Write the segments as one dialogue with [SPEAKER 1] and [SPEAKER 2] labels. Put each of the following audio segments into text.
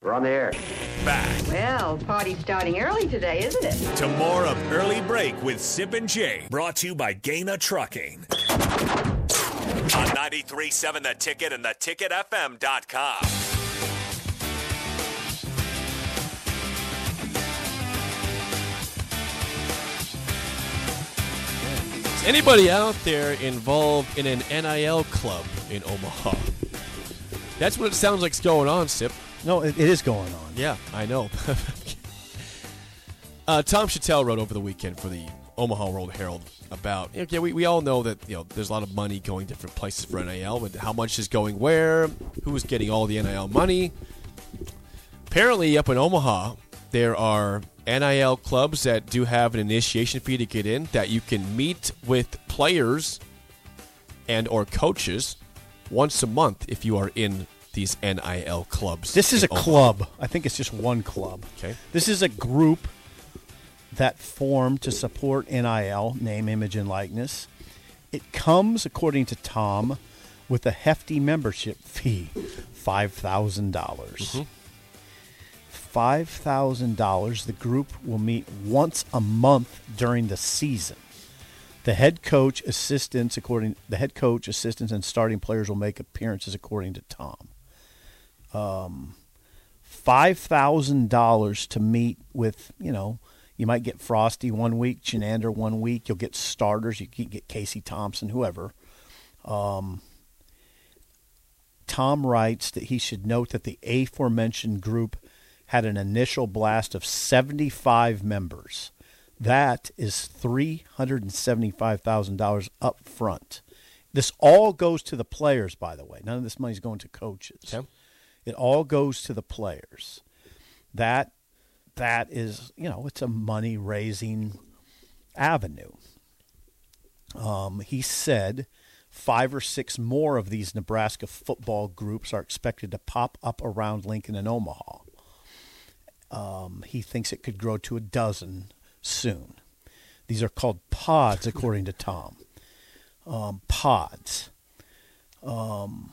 [SPEAKER 1] We're on the air.
[SPEAKER 2] Back
[SPEAKER 3] Well, party's starting early today, isn't it?
[SPEAKER 2] to more of Early Break with Sip and Jay, brought to you by Gaina Trucking. On 93.7 The Ticket and theticketfm.com.
[SPEAKER 4] Is anybody out there involved in an NIL club in Omaha? That's what it sounds like's going on, Sip.
[SPEAKER 5] No, it, it is going on.
[SPEAKER 4] Yeah, I know. uh, Tom Chattel wrote over the weekend for the Omaha World Herald about okay, we, we all know that you know there's a lot of money going different places for NIL, but how much is going where, who's getting all the NIL money. Apparently, up in Omaha, there are NIL clubs that do have an initiation fee to get in that you can meet with players and or coaches once a month if you are in these NIL clubs.
[SPEAKER 5] This is
[SPEAKER 4] in
[SPEAKER 5] a
[SPEAKER 4] Omaha.
[SPEAKER 5] club. I think it's just one club.
[SPEAKER 4] Okay.
[SPEAKER 5] This is a group that formed to support NIL, name, image, and likeness. It comes, according to Tom, with a hefty membership fee $5,000. dollars $5,000. The group will meet once a month during the season. The head coach assistants, according the head coach assistants and starting players will make appearances according to Tom five thousand dollars to meet with you know you might get Frosty one week, Chenander one week. You'll get starters. You can get Casey Thompson, whoever. Um, Tom writes that he should note that the aforementioned group had an initial blast of 75 members. That is $375,000 up front. This all goes to the players, by the way. None of this money is going to coaches.
[SPEAKER 4] Okay.
[SPEAKER 5] It all goes to the players. That that is, you know, it's a money raising avenue. Um, he said five or six more of these Nebraska football groups are expected to pop up around Lincoln and Omaha. Um, he thinks it could grow to a dozen soon. These are called pods, according to Tom. Um, pods Um,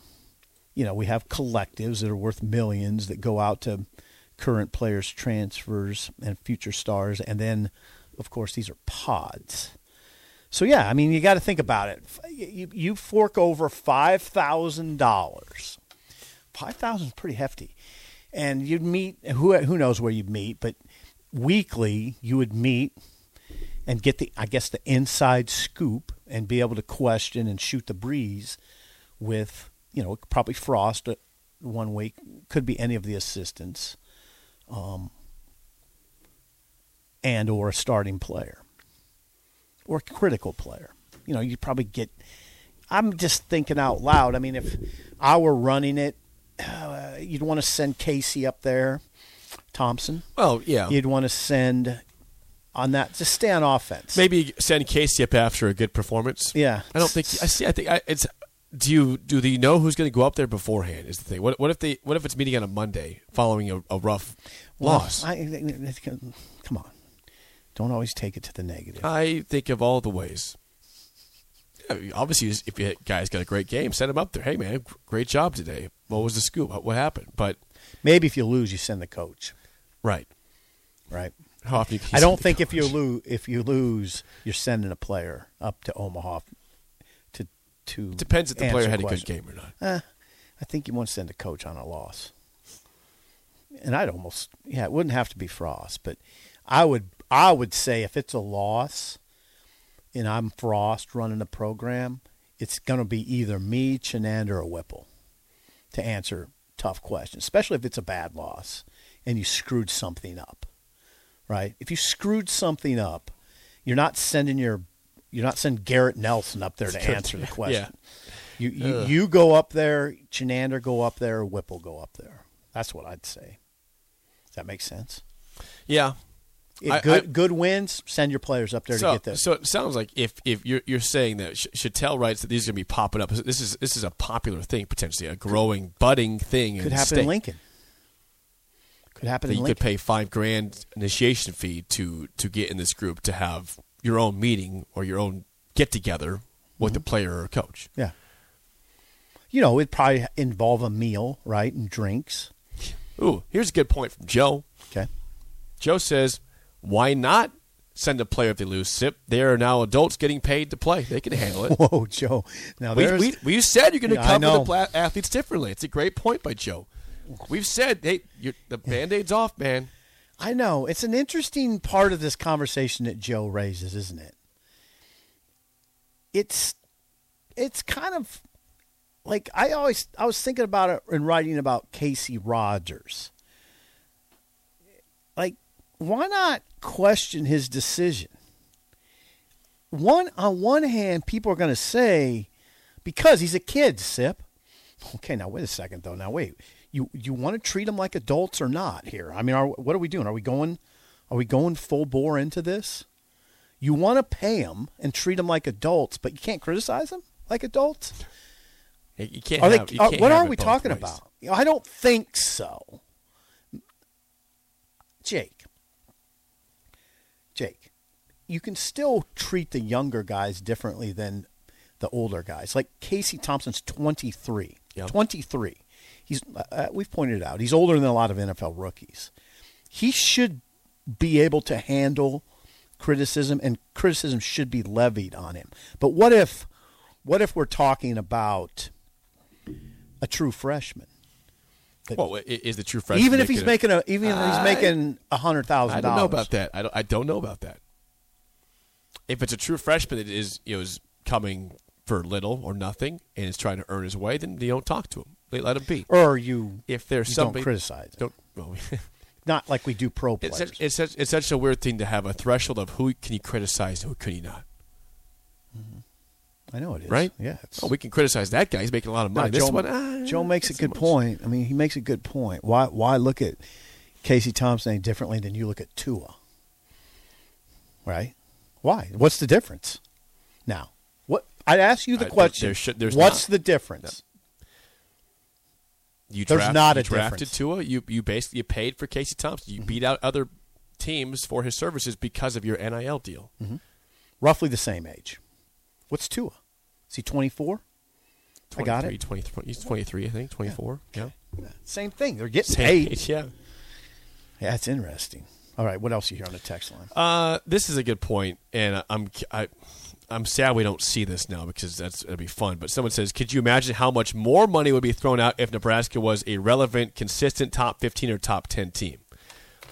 [SPEAKER 5] you know, we have collectives that are worth millions that go out to current players, transfers, and future stars. And then, of course, these are pods. So, yeah, I mean, you got to think about it. F- You, you fork over $5,000. 5000 is pretty hefty. And you'd meet, who, who knows where you'd meet, but weekly you would meet and get the, I guess, the inside scoop and be able to question and shoot the breeze with you know probably Frost uh, one week could be any of the assistants, um, and or a starting player or a critical player. You know, you probably get. I'm just thinking out loud. I mean, if I were running it, uh, you'd want to send Casey up there, Thompson.
[SPEAKER 4] Well, yeah.
[SPEAKER 5] You'd want to send on that. Just stay on offense.
[SPEAKER 4] Maybe send Casey up after a good performance.
[SPEAKER 5] Yeah.
[SPEAKER 4] I don't think I see. I think I, it's. Do you do they know who's going to go up there beforehand? Is the thing. What what if they what if it's meeting on a Monday following a, a rough loss?
[SPEAKER 5] I, I- I- come on. Don't always take it to the negative.
[SPEAKER 4] I think of all the ways. I mean, obviously, if you guys got a great game, send him up there. Hey man, great job today. What was the scoop? What, what happened? But
[SPEAKER 5] Maybe if you lose, you send the coach,
[SPEAKER 4] right.
[SPEAKER 5] right?
[SPEAKER 4] How often you can
[SPEAKER 5] I
[SPEAKER 4] send
[SPEAKER 5] don't
[SPEAKER 4] the
[SPEAKER 5] think if you
[SPEAKER 4] coach?
[SPEAKER 5] lose, if you lose, you're sending a player up to Omaha to to
[SPEAKER 4] depends if the player
[SPEAKER 5] answer
[SPEAKER 4] had a good
[SPEAKER 5] questions.
[SPEAKER 4] game or not.
[SPEAKER 5] I think you want to send a coach on a loss. And I'd almost yeah, it wouldn't have to be Frost, but I would I would say if it's a loss and I'm Frost running the program, it's gonna be either me, Chenander, or Whipple to answer tough questions, especially if it's a bad loss and you screwed something up. Right? If you screwed something up, you're not sending your you're not sending Garrett Nelson up there to answer the question. You you, you go up there, Chenander go up there, Whipple go up there. That's what I'd say. Does that make sense?
[SPEAKER 4] Yeah,
[SPEAKER 5] If
[SPEAKER 4] I-
[SPEAKER 5] good
[SPEAKER 4] I-
[SPEAKER 5] good wins, send your players up there
[SPEAKER 4] so,
[SPEAKER 5] to get this.
[SPEAKER 4] So it sounds like if if you're you're saying that Ch- Chattel writes that these are going to be popping up. This is this is a popular thing potentially, a growing, budding thing. in
[SPEAKER 5] could
[SPEAKER 4] the
[SPEAKER 5] happen
[SPEAKER 4] state,
[SPEAKER 5] in Lincoln. Could happen
[SPEAKER 4] That
[SPEAKER 5] in
[SPEAKER 4] you
[SPEAKER 5] Lincoln.
[SPEAKER 4] could pay five grand initiation fee to to get in this group to have your own meeting or your own get together with
[SPEAKER 5] Mm-hmm.
[SPEAKER 4] a player or a coach.
[SPEAKER 5] Yeah. You know, it'd probably involve a meal, right, and drinks.
[SPEAKER 4] Ooh, here's a good point from Joe.
[SPEAKER 5] Okay.
[SPEAKER 4] Joe says, why not send a player if they lose SIP? They are now adults getting paid to play. They can handle it.
[SPEAKER 5] Whoa, Joe. Now
[SPEAKER 4] we,
[SPEAKER 5] there's
[SPEAKER 4] we, we said you're going to
[SPEAKER 5] Yeah, I
[SPEAKER 4] cover the
[SPEAKER 5] know.
[SPEAKER 4] pla- athletes differently. It's a great point by Joe. We've said, hey, you're, the band aid's off, man.
[SPEAKER 5] I know. It's an interesting part of this conversation that Joe raises, isn't it? It's it's kind of like I always I was thinking about it in writing about Casey Rogers. Like, why not question his decision? One on one hand, people are gonna say, because he's a kid, Sip. Okay, now wait a second though. Now wait, you you want to treat them like adults or not? Here, I mean, are, what are we doing? Are we going, are we going full bore into this? You want to pay them and treat them like adults, but you can't criticize them like adults.
[SPEAKER 4] You you can't.
[SPEAKER 5] Are
[SPEAKER 4] have-
[SPEAKER 5] they?
[SPEAKER 4] you
[SPEAKER 5] are-
[SPEAKER 4] can't
[SPEAKER 5] what
[SPEAKER 4] have
[SPEAKER 5] are
[SPEAKER 4] it
[SPEAKER 5] we
[SPEAKER 4] both
[SPEAKER 5] talking
[SPEAKER 4] ways.
[SPEAKER 5] about? You know, I don't think so. Jake, Jake, you can still treat the younger guys differently than the older guys. Like Casey Thompson's 23.
[SPEAKER 4] Yeah.
[SPEAKER 5] 23. He's uh, uh, we've pointed it out. He's older than a lot of NFL rookies. He should be able to handle criticism and criticism should be levied on him. But what if what if we're talking about a true freshman?
[SPEAKER 4] Well, i- is the true freshman
[SPEAKER 5] even if he's
[SPEAKER 4] making a-
[SPEAKER 5] making a even if he's making a hundred thousand
[SPEAKER 4] I
[SPEAKER 5] dollars.
[SPEAKER 4] don't know about that. I don't, I don't know about that. If it's a true freshman that is you know, is coming for little or nothing and is trying to earn his way, then you don't talk to him. Let, let him be.
[SPEAKER 5] Or you
[SPEAKER 4] If there's
[SPEAKER 5] you
[SPEAKER 4] somebody
[SPEAKER 5] don't criticize it.
[SPEAKER 4] don't. Well,
[SPEAKER 5] Not like we do pro
[SPEAKER 4] it's
[SPEAKER 5] players.
[SPEAKER 4] such, it's such it's such a weird thing to have a threshold of who can you criticize and who can you not.
[SPEAKER 5] I know it is.
[SPEAKER 4] Right?
[SPEAKER 5] Yeah. It's,
[SPEAKER 4] Oh, we can criticize that guy. He's making a lot of
[SPEAKER 5] No, uh,
[SPEAKER 4] money. this
[SPEAKER 5] Joe,
[SPEAKER 4] one, ah,
[SPEAKER 5] Joe makes a
[SPEAKER 4] not so
[SPEAKER 5] good
[SPEAKER 4] much.
[SPEAKER 5] point. I mean, he makes a good point. Why why look at Casey Thompson any differently than you look at Tua? Right? Why? What's the difference? Now, what I'd ask you the
[SPEAKER 4] Uh, there-
[SPEAKER 5] question.
[SPEAKER 4] there should- there's
[SPEAKER 5] what's
[SPEAKER 4] not.
[SPEAKER 5] the difference?
[SPEAKER 4] You
[SPEAKER 5] There's
[SPEAKER 4] draft-
[SPEAKER 5] not
[SPEAKER 4] you
[SPEAKER 5] a
[SPEAKER 4] drafted
[SPEAKER 5] difference.
[SPEAKER 4] Tua. You you basically you paid for Casey Thompson. You beat out other teams for his services because of your NIL deal.
[SPEAKER 5] Roughly the same age. What's Tua? Is he 24? I got it.
[SPEAKER 4] 23, he's 23, I think, 24. Yeah.
[SPEAKER 5] Same thing. They're getting
[SPEAKER 4] Same
[SPEAKER 5] paid.
[SPEAKER 4] age, yeah.
[SPEAKER 5] Yeah, that's interesting. All right, what else you hear on the text line?
[SPEAKER 4] Uh, this is a good point, and I'm I, I'm sad we don't see this now because that's it'd be fun. But someone says, could you imagine how much more money would be thrown out if Nebraska was a relevant, consistent top 15 or top 10 team?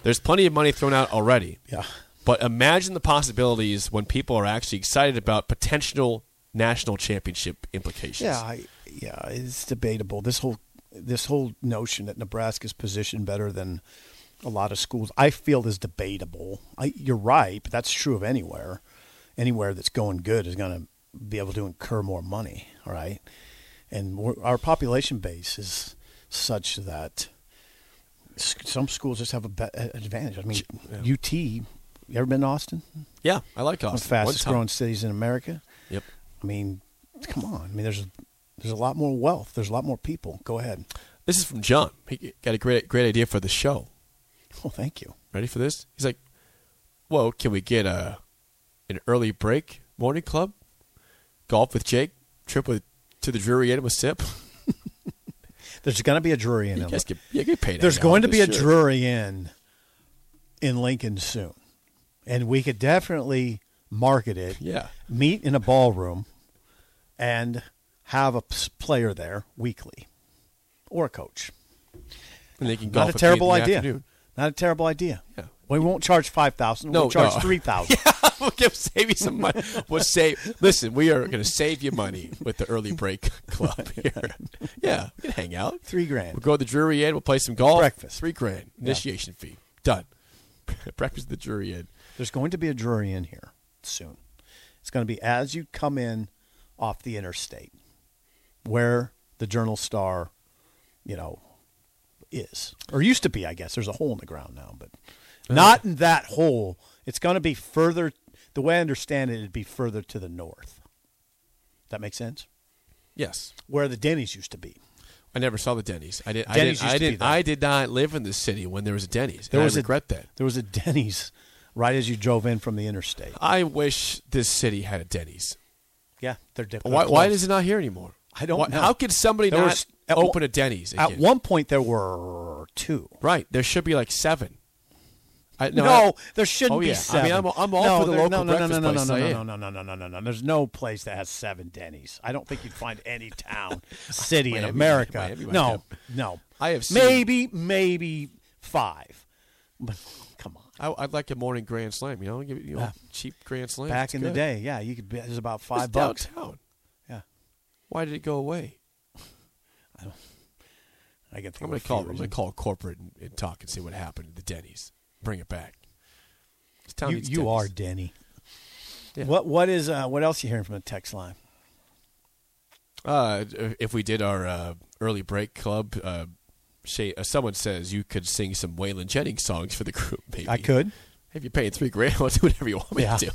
[SPEAKER 4] There's plenty of money thrown out already.
[SPEAKER 5] Yeah.
[SPEAKER 4] But imagine the possibilities when people are actually excited about potential national championship implications.
[SPEAKER 5] Yeah, I, yeah, it's debatable. This whole this whole notion that Nebraska's positioned better than a lot of schools, I feel, is debatable. I, you're right, but that's true of anywhere. Anywhere that's going good is going to be able to incur more money, all right? And we're, our population base is such that s- some schools just have a be- a- advantage. I mean, UT. You ever been to Austin?
[SPEAKER 4] Yeah, I like
[SPEAKER 5] One of
[SPEAKER 4] Austin.
[SPEAKER 5] the
[SPEAKER 4] One
[SPEAKER 5] fastest
[SPEAKER 4] time.
[SPEAKER 5] growing cities in America.
[SPEAKER 4] Yep.
[SPEAKER 5] I mean, come on. I mean, there's there's a lot more wealth. There's a lot more people. Go ahead.
[SPEAKER 4] This is from John. He got a great great idea for the show.
[SPEAKER 5] Oh, thank you.
[SPEAKER 4] ready for this? He's like, "Whoa, can we get a an early break morning club, golf with Jake, trip with to the Drury Inn with Sip?
[SPEAKER 5] There's going to be a Drury Inn.
[SPEAKER 4] You
[SPEAKER 5] in
[SPEAKER 4] guys
[SPEAKER 5] Lin-
[SPEAKER 4] get you get paid.
[SPEAKER 5] there's
[SPEAKER 4] out of
[SPEAKER 5] going to be
[SPEAKER 4] this,
[SPEAKER 5] a
[SPEAKER 4] sure.
[SPEAKER 5] Drury Inn in Lincoln soon, and we could definitely market it.
[SPEAKER 4] Yeah.
[SPEAKER 5] Meet in a ballroom, and have a s- player there weekly, or a coach.
[SPEAKER 4] and they can golf
[SPEAKER 5] Not a
[SPEAKER 4] with me
[SPEAKER 5] terrible
[SPEAKER 4] in the
[SPEAKER 5] idea.
[SPEAKER 4] afternoon.
[SPEAKER 5] Not a terrible idea.
[SPEAKER 4] Yeah.
[SPEAKER 5] We won't charge five thousand.
[SPEAKER 4] No,
[SPEAKER 5] we'll charge
[SPEAKER 4] no.
[SPEAKER 5] three thousand.
[SPEAKER 4] we'll give, save you some money. We'll save. Listen, we are going to save you money with the early break club here. Yeah, we can hang out.
[SPEAKER 5] Three grand.
[SPEAKER 4] We'll go to the Drury Inn. We'll play some golf.
[SPEAKER 5] Breakfast.
[SPEAKER 4] Three grand initiation fee. Done. Breakfast at the Drury Inn.
[SPEAKER 5] There's going to be a jury in here soon. It's going to be as you come in off the interstate where the Journal Star, you know, is or used to be, I guess. There's a hole in the ground now, but
[SPEAKER 4] Uh-huh.
[SPEAKER 5] not in that hole. It's going to be further, the way I understand it, it'd be further to the north. That makes sense?
[SPEAKER 4] Yes.
[SPEAKER 5] Where the Denny's used to be.
[SPEAKER 4] I never saw the Denny's. I did. I
[SPEAKER 5] Denny's
[SPEAKER 4] did.
[SPEAKER 5] used
[SPEAKER 4] I
[SPEAKER 5] to be
[SPEAKER 4] did.
[SPEAKER 5] there.
[SPEAKER 4] I did not live in this city when there was a Denny's.
[SPEAKER 5] There
[SPEAKER 4] and
[SPEAKER 5] was
[SPEAKER 4] I
[SPEAKER 5] a-
[SPEAKER 4] regret that.
[SPEAKER 5] There was a Denny's right as you drove in from the interstate.
[SPEAKER 4] I wish this city had a Denny's.
[SPEAKER 5] Yeah, they're
[SPEAKER 4] Why? Why is it not here anymore?
[SPEAKER 5] I don't
[SPEAKER 4] Why-
[SPEAKER 5] know.
[SPEAKER 4] How could somebody
[SPEAKER 5] There
[SPEAKER 4] not
[SPEAKER 5] was- at
[SPEAKER 4] open
[SPEAKER 5] one-
[SPEAKER 4] a Denny's?
[SPEAKER 5] At
[SPEAKER 4] again?
[SPEAKER 5] one point, there were two.
[SPEAKER 4] right, there should be like seven. I,
[SPEAKER 5] No,
[SPEAKER 4] I-
[SPEAKER 5] there shouldn't
[SPEAKER 4] Oh,
[SPEAKER 5] be
[SPEAKER 4] yeah. I
[SPEAKER 5] seven.
[SPEAKER 4] mean, I'm- I'm all
[SPEAKER 5] no,
[SPEAKER 4] for the
[SPEAKER 5] there-
[SPEAKER 4] local
[SPEAKER 5] no, no, no,
[SPEAKER 4] breakfast
[SPEAKER 5] no,
[SPEAKER 4] place,
[SPEAKER 5] No,
[SPEAKER 4] I
[SPEAKER 5] no, no,
[SPEAKER 4] am.
[SPEAKER 5] no, no, no, no, no, no. There's no place that has seven Denny's. I don't think you'd find any town, city in
[SPEAKER 4] Miami might-
[SPEAKER 5] America.
[SPEAKER 4] Miami might
[SPEAKER 5] no, no.
[SPEAKER 4] I have seen-
[SPEAKER 5] maybe, maybe five. But come on.
[SPEAKER 4] I, would like a morning grand slam. You know, give it, you know,
[SPEAKER 5] Yeah.
[SPEAKER 4] cheap grand slam.
[SPEAKER 5] Back
[SPEAKER 4] It's
[SPEAKER 5] in the
[SPEAKER 4] good.
[SPEAKER 5] day, yeah, you could. be- There's about
[SPEAKER 4] It's
[SPEAKER 5] five bucks.
[SPEAKER 4] downtown.
[SPEAKER 5] Yeah,
[SPEAKER 4] Why did it go away?
[SPEAKER 5] I can think.
[SPEAKER 4] I'm
[SPEAKER 5] going
[SPEAKER 4] gonna call. I'm gonna call corporate and, and talk and see what happened to the Denny's. Bring it back. This town
[SPEAKER 5] You,
[SPEAKER 4] needs
[SPEAKER 5] you are
[SPEAKER 4] Denny's. Yeah.
[SPEAKER 5] Denny. What what is uh, what else you hearing from the text line?
[SPEAKER 4] Uh, if we did our uh, early break club, uh, Shay, uh, someone says you could sing some Waylon Jennings songs for the group. Maybe
[SPEAKER 5] I could.
[SPEAKER 4] If you're paying three grand, I'll do whatever you want me
[SPEAKER 5] Yeah.
[SPEAKER 4] to do.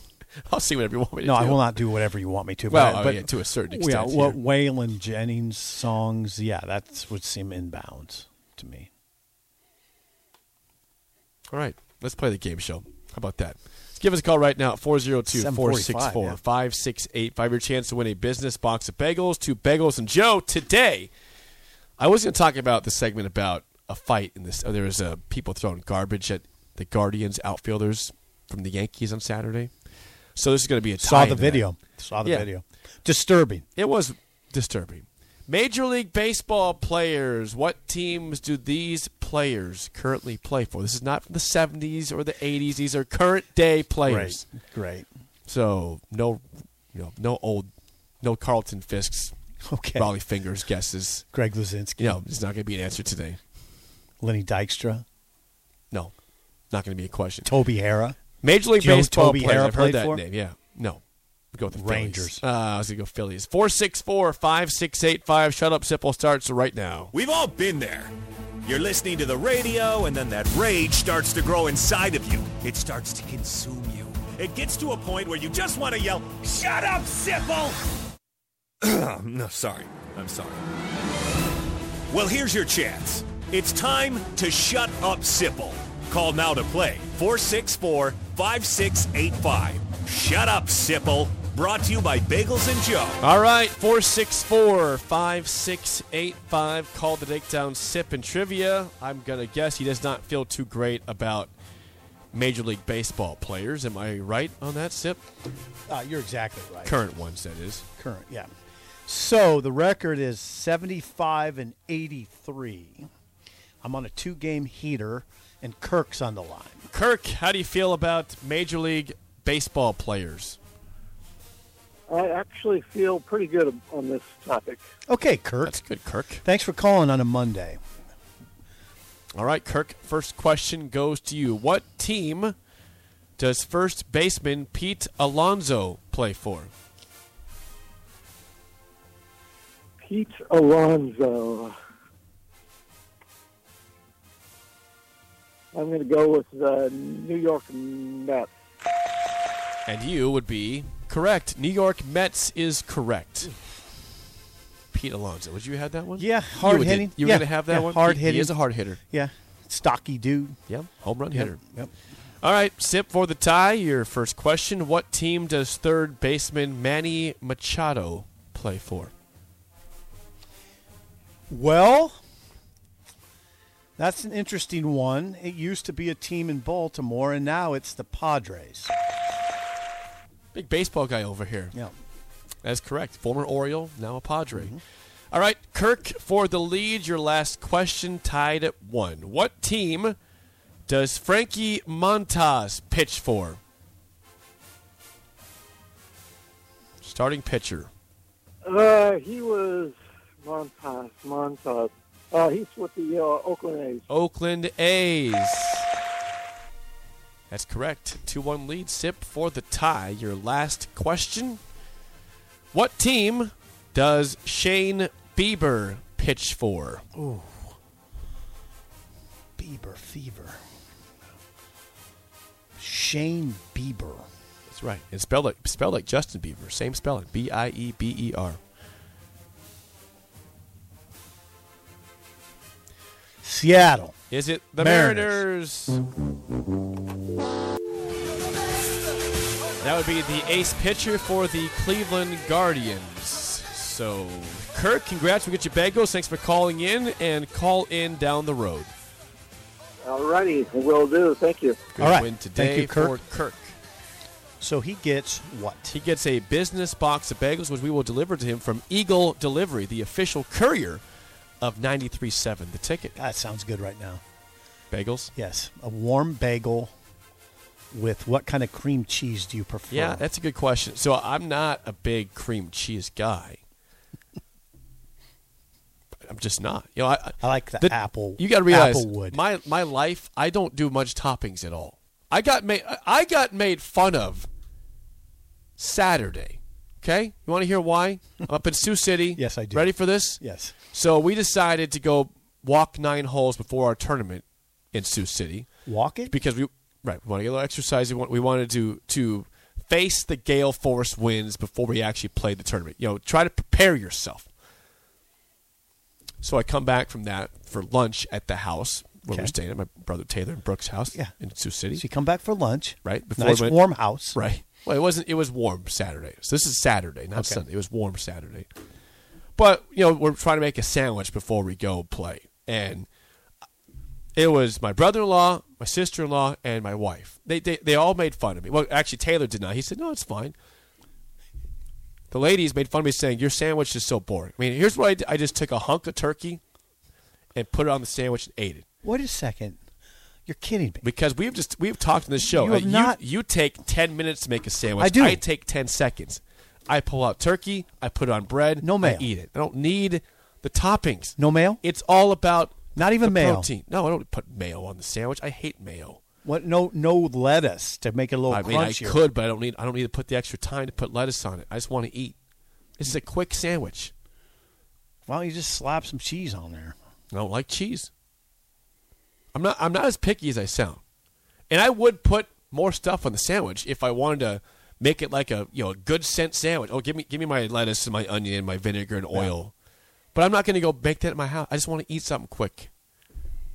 [SPEAKER 4] I'll sing whatever you want me to
[SPEAKER 5] No,
[SPEAKER 4] do.
[SPEAKER 5] I will not do whatever you want me to.
[SPEAKER 4] Well,
[SPEAKER 5] but,
[SPEAKER 4] uh,
[SPEAKER 5] but
[SPEAKER 4] yeah, to a certain
[SPEAKER 5] yeah,
[SPEAKER 4] extent. Yeah,
[SPEAKER 5] what Waylon Jennings songs? Yeah, that would seem inbounds to me.
[SPEAKER 4] All right, let's play the game show. How about that? Give us a call right now at 402 464
[SPEAKER 5] 745,
[SPEAKER 4] 5685. Your chance to win a business box of bagels, two bagels, and Joe. Today, I was going to talk about the segment about a fight in this. Oh, there was uh, people throwing garbage at the Guardians outfielders from the Yankees on Saturday. So this is going to be a
[SPEAKER 5] Saw
[SPEAKER 4] tie
[SPEAKER 5] the
[SPEAKER 4] into that.
[SPEAKER 5] video. Saw the
[SPEAKER 4] Yeah.
[SPEAKER 5] video. Disturbing.
[SPEAKER 4] It was disturbing. Major League Baseball players, what teams do these players currently play for? This is not from the 70s or the 80s. These are current day players.
[SPEAKER 5] Great. Great.
[SPEAKER 4] So no, you know, no old, no Carlton Fisk's,
[SPEAKER 5] Okay.
[SPEAKER 4] Raleigh Fingers guesses.
[SPEAKER 5] Greg Luzinski.
[SPEAKER 4] You know, it's not going to be an answer today.
[SPEAKER 5] Lenny Dykstra.
[SPEAKER 4] No, not going to be a question.
[SPEAKER 5] Toby Hara.
[SPEAKER 4] Major League
[SPEAKER 5] Joe
[SPEAKER 4] Baseball
[SPEAKER 5] Toby
[SPEAKER 4] players.
[SPEAKER 5] Hara
[SPEAKER 4] I've heard
[SPEAKER 5] played
[SPEAKER 4] that
[SPEAKER 5] for?
[SPEAKER 4] name. Yeah. No. We'll go with the Phillies.
[SPEAKER 5] Rangers.
[SPEAKER 4] Uh, I was going to go Phillies. 464 5685. Shut up, Simple starts right now.
[SPEAKER 2] We've all been there. You're listening to the radio, and then that rage starts to grow inside of you. It starts to consume you. It gets to a point where you just want to yell, Shut up, Sipple! no, sorry. I'm sorry. Well, here's your chance. It's time to shut up, Sipple. Call now to play 464 5685. Shut up, Sipple. Brought to you by Bagels and Joe.
[SPEAKER 4] All right, 464 5685. Call the take down sip and trivia. I'm going to guess he does not feel too great about Major League Baseball players. Am I right on that sip?
[SPEAKER 5] Uh, you're exactly right.
[SPEAKER 4] Current ones, that is.
[SPEAKER 5] Current. Yeah. So the record is 75 and 83. I'm on a two game heater, and Kirk's on the line.
[SPEAKER 4] Kirk, how do you feel about Major League Baseball players?
[SPEAKER 1] I actually feel pretty good on this topic.
[SPEAKER 5] Okay, Kirk.
[SPEAKER 4] That's good, Kirk.
[SPEAKER 5] Thanks for calling on a Monday.
[SPEAKER 4] All right, Kirk, first question goes to you. What team does first baseman Pete Alonso play for?
[SPEAKER 1] Pete Alonzo. I'm going to go with the New York Mets.
[SPEAKER 4] And you would be correct. New York Mets is correct. Pete Alonso. Would you have that one?
[SPEAKER 5] Yeah,
[SPEAKER 4] You
[SPEAKER 5] hard
[SPEAKER 4] would-
[SPEAKER 5] hitting.
[SPEAKER 4] You were
[SPEAKER 5] Yeah,
[SPEAKER 4] going to have that
[SPEAKER 5] yeah,
[SPEAKER 4] one?
[SPEAKER 5] hard
[SPEAKER 4] He- He
[SPEAKER 5] hitting.
[SPEAKER 4] is a hard hitter.
[SPEAKER 5] Yeah, stocky dude.
[SPEAKER 4] Yeah, home run hitter.
[SPEAKER 5] Yep.
[SPEAKER 4] All right, sip for the tie. Your first question. What team does third baseman Manny Machado play for?
[SPEAKER 5] Well, that's an interesting one. It used to be a team in Baltimore, and now it's the Padres.
[SPEAKER 4] Big baseball guy over here.
[SPEAKER 5] Yeah.
[SPEAKER 4] That's correct. Former Oriole, now a Padre. All right, Kirk, for the lead, your last question tied at one. What team does Frankie Montas pitch for? Starting pitcher.
[SPEAKER 1] Uh, he was Montas. Montas. Uh, he's with the uh, Oakland A's.
[SPEAKER 4] Oakland A's. That's correct. 2 1 lead, sip for the tie. Your last question. What team does Shane Bieber pitch for?
[SPEAKER 5] Bieber fever. Shane Bieber.
[SPEAKER 4] That's right. And spelled like spelled like Justin Bieber. Same spelling. B I E B E R.
[SPEAKER 5] Seattle.
[SPEAKER 4] Is it the Mariners?
[SPEAKER 5] Mariners.
[SPEAKER 4] That would be the ace pitcher for the Cleveland Guardians. So, Kirk, congrats. We'll get you bagels. Thanks for calling in and call in down the road.
[SPEAKER 1] All righty, will do. Thank you.
[SPEAKER 4] Good
[SPEAKER 5] All right.
[SPEAKER 4] win
[SPEAKER 5] Thank
[SPEAKER 4] today
[SPEAKER 5] you, Kirk.
[SPEAKER 4] for Kirk.
[SPEAKER 5] So he gets what?
[SPEAKER 4] He gets a business box of bagels, which we will deliver to him from Eagle Delivery, the official courier of 93.7, the ticket.
[SPEAKER 5] That sounds good right now.
[SPEAKER 4] Bagels?
[SPEAKER 5] Yes, a warm bagel with what kind of cream cheese do you prefer?
[SPEAKER 4] Yeah, that's a good question. So I'm not a big cream cheese guy. I'm just not. You know, I,
[SPEAKER 5] I like the apple-
[SPEAKER 4] You got to realize
[SPEAKER 5] applewood.
[SPEAKER 4] my my life. I don't do much toppings at all. I got made. I got made fun of Saturday. Okay, you want to hear why? I'm up in Sioux City.
[SPEAKER 5] Yes, I do.
[SPEAKER 4] Ready for this?
[SPEAKER 5] yes.
[SPEAKER 4] So we decided to go walk nine holes before our tournament in Sioux City
[SPEAKER 5] Walk it.
[SPEAKER 4] because we right we want to get a little exercise. We, want, we wanted to to face the gale force winds before we actually played the tournament. You know, try to prepare yourself. So I come back from that for lunch at the house where
[SPEAKER 5] Okay.
[SPEAKER 4] we're staying at my brother Taylor and Brooks' house
[SPEAKER 5] Yeah.
[SPEAKER 4] in Sioux City.
[SPEAKER 5] so you come back for lunch.
[SPEAKER 4] Right, before
[SPEAKER 5] Nice
[SPEAKER 4] we went-
[SPEAKER 5] warm house.
[SPEAKER 4] Right. Well, it wasn't. It was warm Saturday. So this is Saturday, not
[SPEAKER 5] Okay.
[SPEAKER 4] Sunday. It was warm Saturday. But you know, we're trying to make a sandwich before we go play, and it was my brother-in-law, my sister-in-law, and my wife. They they, they all made fun of me. Well, actually, Taylor did not. He said, "No, it's fine." The ladies made fun of me saying, "Your sandwich is so boring." I mean, here's what I did. I just took a hunk of turkey and put it on the sandwich and ate it
[SPEAKER 5] Wait a second. You're kidding me.
[SPEAKER 4] because we've just we've talked in this show.
[SPEAKER 5] You
[SPEAKER 4] that
[SPEAKER 5] have not-
[SPEAKER 4] you take ten minutes to make a sandwich.
[SPEAKER 5] I do.
[SPEAKER 4] I take ten seconds. I pull out turkey. I put it on bread.
[SPEAKER 5] No mayo.
[SPEAKER 4] I eat it. I don't need the toppings.
[SPEAKER 5] No mayo?
[SPEAKER 4] It's all about
[SPEAKER 5] Not even
[SPEAKER 4] the
[SPEAKER 5] mayo.
[SPEAKER 4] Protein. No, I don't put mayo on the sandwich. I hate mayo.
[SPEAKER 5] What? No, no lettuce to make it a little
[SPEAKER 4] I mean, I
[SPEAKER 5] crunchier.
[SPEAKER 4] could, but I don't need. I don't need to put the extra time to put lettuce on it. I just want to eat. This is a quick sandwich.
[SPEAKER 5] Why don't you just slap some cheese on there?
[SPEAKER 4] I don't like cheese. I'm not. I'm not as picky as I sound, and I would put more stuff on the sandwich if I wanted to make it like a you know a good scent sandwich. Oh, give me give me my lettuce and my onion and my vinegar and oil, but I'm not going to go make that at my house. I just want to eat something quick.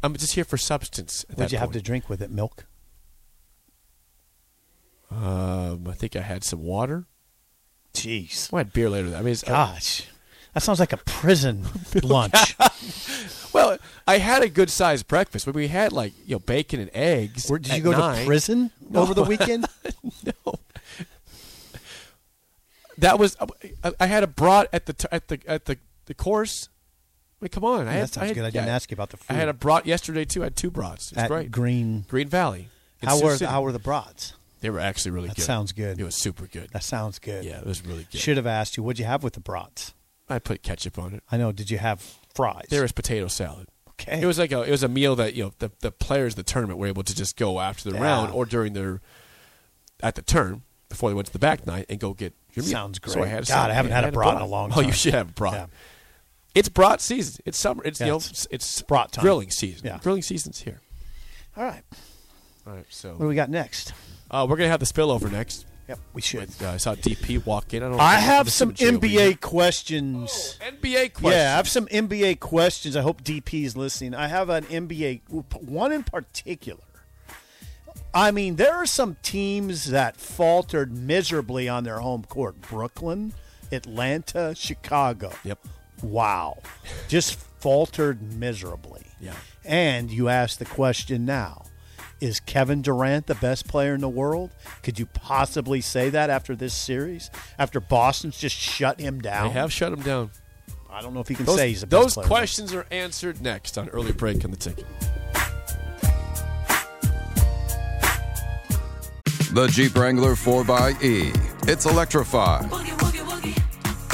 [SPEAKER 4] I'm just here for substance. At
[SPEAKER 5] What'd
[SPEAKER 4] that
[SPEAKER 5] you have to
[SPEAKER 4] point.
[SPEAKER 5] drink with it? Milk.
[SPEAKER 4] Um, I think I had some water.
[SPEAKER 5] Jeez.
[SPEAKER 4] Well, I had beer later. I mean, it's, uh,
[SPEAKER 5] Gosh, that sounds like a prison lunch.
[SPEAKER 4] well, I had a good sized breakfast, but we had like you know bacon and eggs.
[SPEAKER 5] Where did
[SPEAKER 4] at
[SPEAKER 5] you go to
[SPEAKER 4] nine.
[SPEAKER 5] prison over the weekend?
[SPEAKER 4] That was I, I had a brat at the t- at the at the the course. I mean, come on, I
[SPEAKER 5] that
[SPEAKER 4] had,
[SPEAKER 5] sounds
[SPEAKER 4] I had-
[SPEAKER 5] good. I didn't
[SPEAKER 4] yeah.
[SPEAKER 5] ask you about the
[SPEAKER 4] I had
[SPEAKER 5] food.
[SPEAKER 4] a brat yesterday too. I had two brats. It's
[SPEAKER 5] At
[SPEAKER 4] great.
[SPEAKER 5] Green-
[SPEAKER 4] Green Valley. in
[SPEAKER 5] how
[SPEAKER 4] Sioux
[SPEAKER 5] were
[SPEAKER 4] City.
[SPEAKER 5] how were the brats?
[SPEAKER 4] they were actually really
[SPEAKER 5] That
[SPEAKER 4] good.
[SPEAKER 5] sounds good.
[SPEAKER 4] It was super good.
[SPEAKER 5] That sounds good.
[SPEAKER 4] yeah, it was really good.
[SPEAKER 5] Should have asked you what'd you have with the brats.
[SPEAKER 4] I put ketchup on it.
[SPEAKER 5] I know. Did you have fries?
[SPEAKER 4] There was potato salad.
[SPEAKER 5] okay.
[SPEAKER 4] It was like a it was a meal that you know the the players of the tournament were able to just go after the
[SPEAKER 5] Yeah.
[SPEAKER 4] round or during their at the turn before they went to the back night and go get your meal.
[SPEAKER 5] Sounds
[SPEAKER 4] So I
[SPEAKER 5] great.
[SPEAKER 4] had a
[SPEAKER 5] God,
[SPEAKER 4] salad.
[SPEAKER 5] I haven't
[SPEAKER 4] Yeah,
[SPEAKER 5] had a brat in a
[SPEAKER 4] brat.
[SPEAKER 5] long
[SPEAKER 4] Oh, you
[SPEAKER 5] time.
[SPEAKER 4] should have a brat.
[SPEAKER 5] Yeah.
[SPEAKER 4] It's brat season. It's summer. It's
[SPEAKER 5] Yeah,
[SPEAKER 4] you know
[SPEAKER 5] it's-
[SPEAKER 4] it's, it's
[SPEAKER 5] brat time.
[SPEAKER 4] Grilling season.
[SPEAKER 5] Yeah.
[SPEAKER 4] Grilling season's here.
[SPEAKER 5] All right.
[SPEAKER 4] All right, so
[SPEAKER 5] What do we got next?
[SPEAKER 4] uh, we're gonna have the spillover next.
[SPEAKER 5] Yep, we should.
[SPEAKER 4] With, uh, I saw DP walk in. I don't.
[SPEAKER 5] I
[SPEAKER 4] know if
[SPEAKER 5] have
[SPEAKER 4] this
[SPEAKER 5] some
[SPEAKER 4] is in JOB.
[SPEAKER 5] NBA questions.
[SPEAKER 4] NBA questions.
[SPEAKER 5] Yeah, I have some NBA questions. I hope DP's listening. I have an NBA one in particular. I mean, there are some teams that faltered miserably on their home court. Brooklyn, Atlanta, Chicago.
[SPEAKER 4] Yep.
[SPEAKER 5] Wow. Just faltered miserably.
[SPEAKER 4] Yeah.
[SPEAKER 5] And you ask the question now is Kevin Durant the best player in the world? Could you possibly say that after this series? After Boston's just shut him down?
[SPEAKER 4] They have shut him down.
[SPEAKER 5] I don't know if he can
[SPEAKER 4] Those,
[SPEAKER 5] say he's the best
[SPEAKER 4] those
[SPEAKER 5] player.
[SPEAKER 4] questions are answered next on early break on the ticket.
[SPEAKER 6] The Jeep Wrangler 4xE. It's electrified.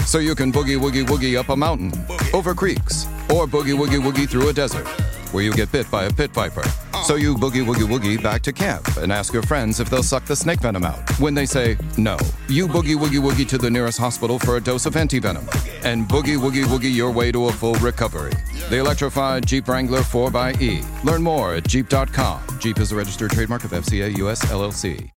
[SPEAKER 6] So you can boogie woogie woogie up a mountain, over creeks, or boogie woogie woogie through a desert, where you get bit by a pit viper. So you boogie woogie woogie back to camp and ask your friends if they'll suck the snake venom out. When they say no, you boogie woogie woogie to the nearest hospital for a dose of antivenom and boogie woogie woogie your way to a full recovery. The electrified Jeep Wrangler E. 4xE. Learn more at Jeep.com. Jeep is a registered trademark of FCA US LLC.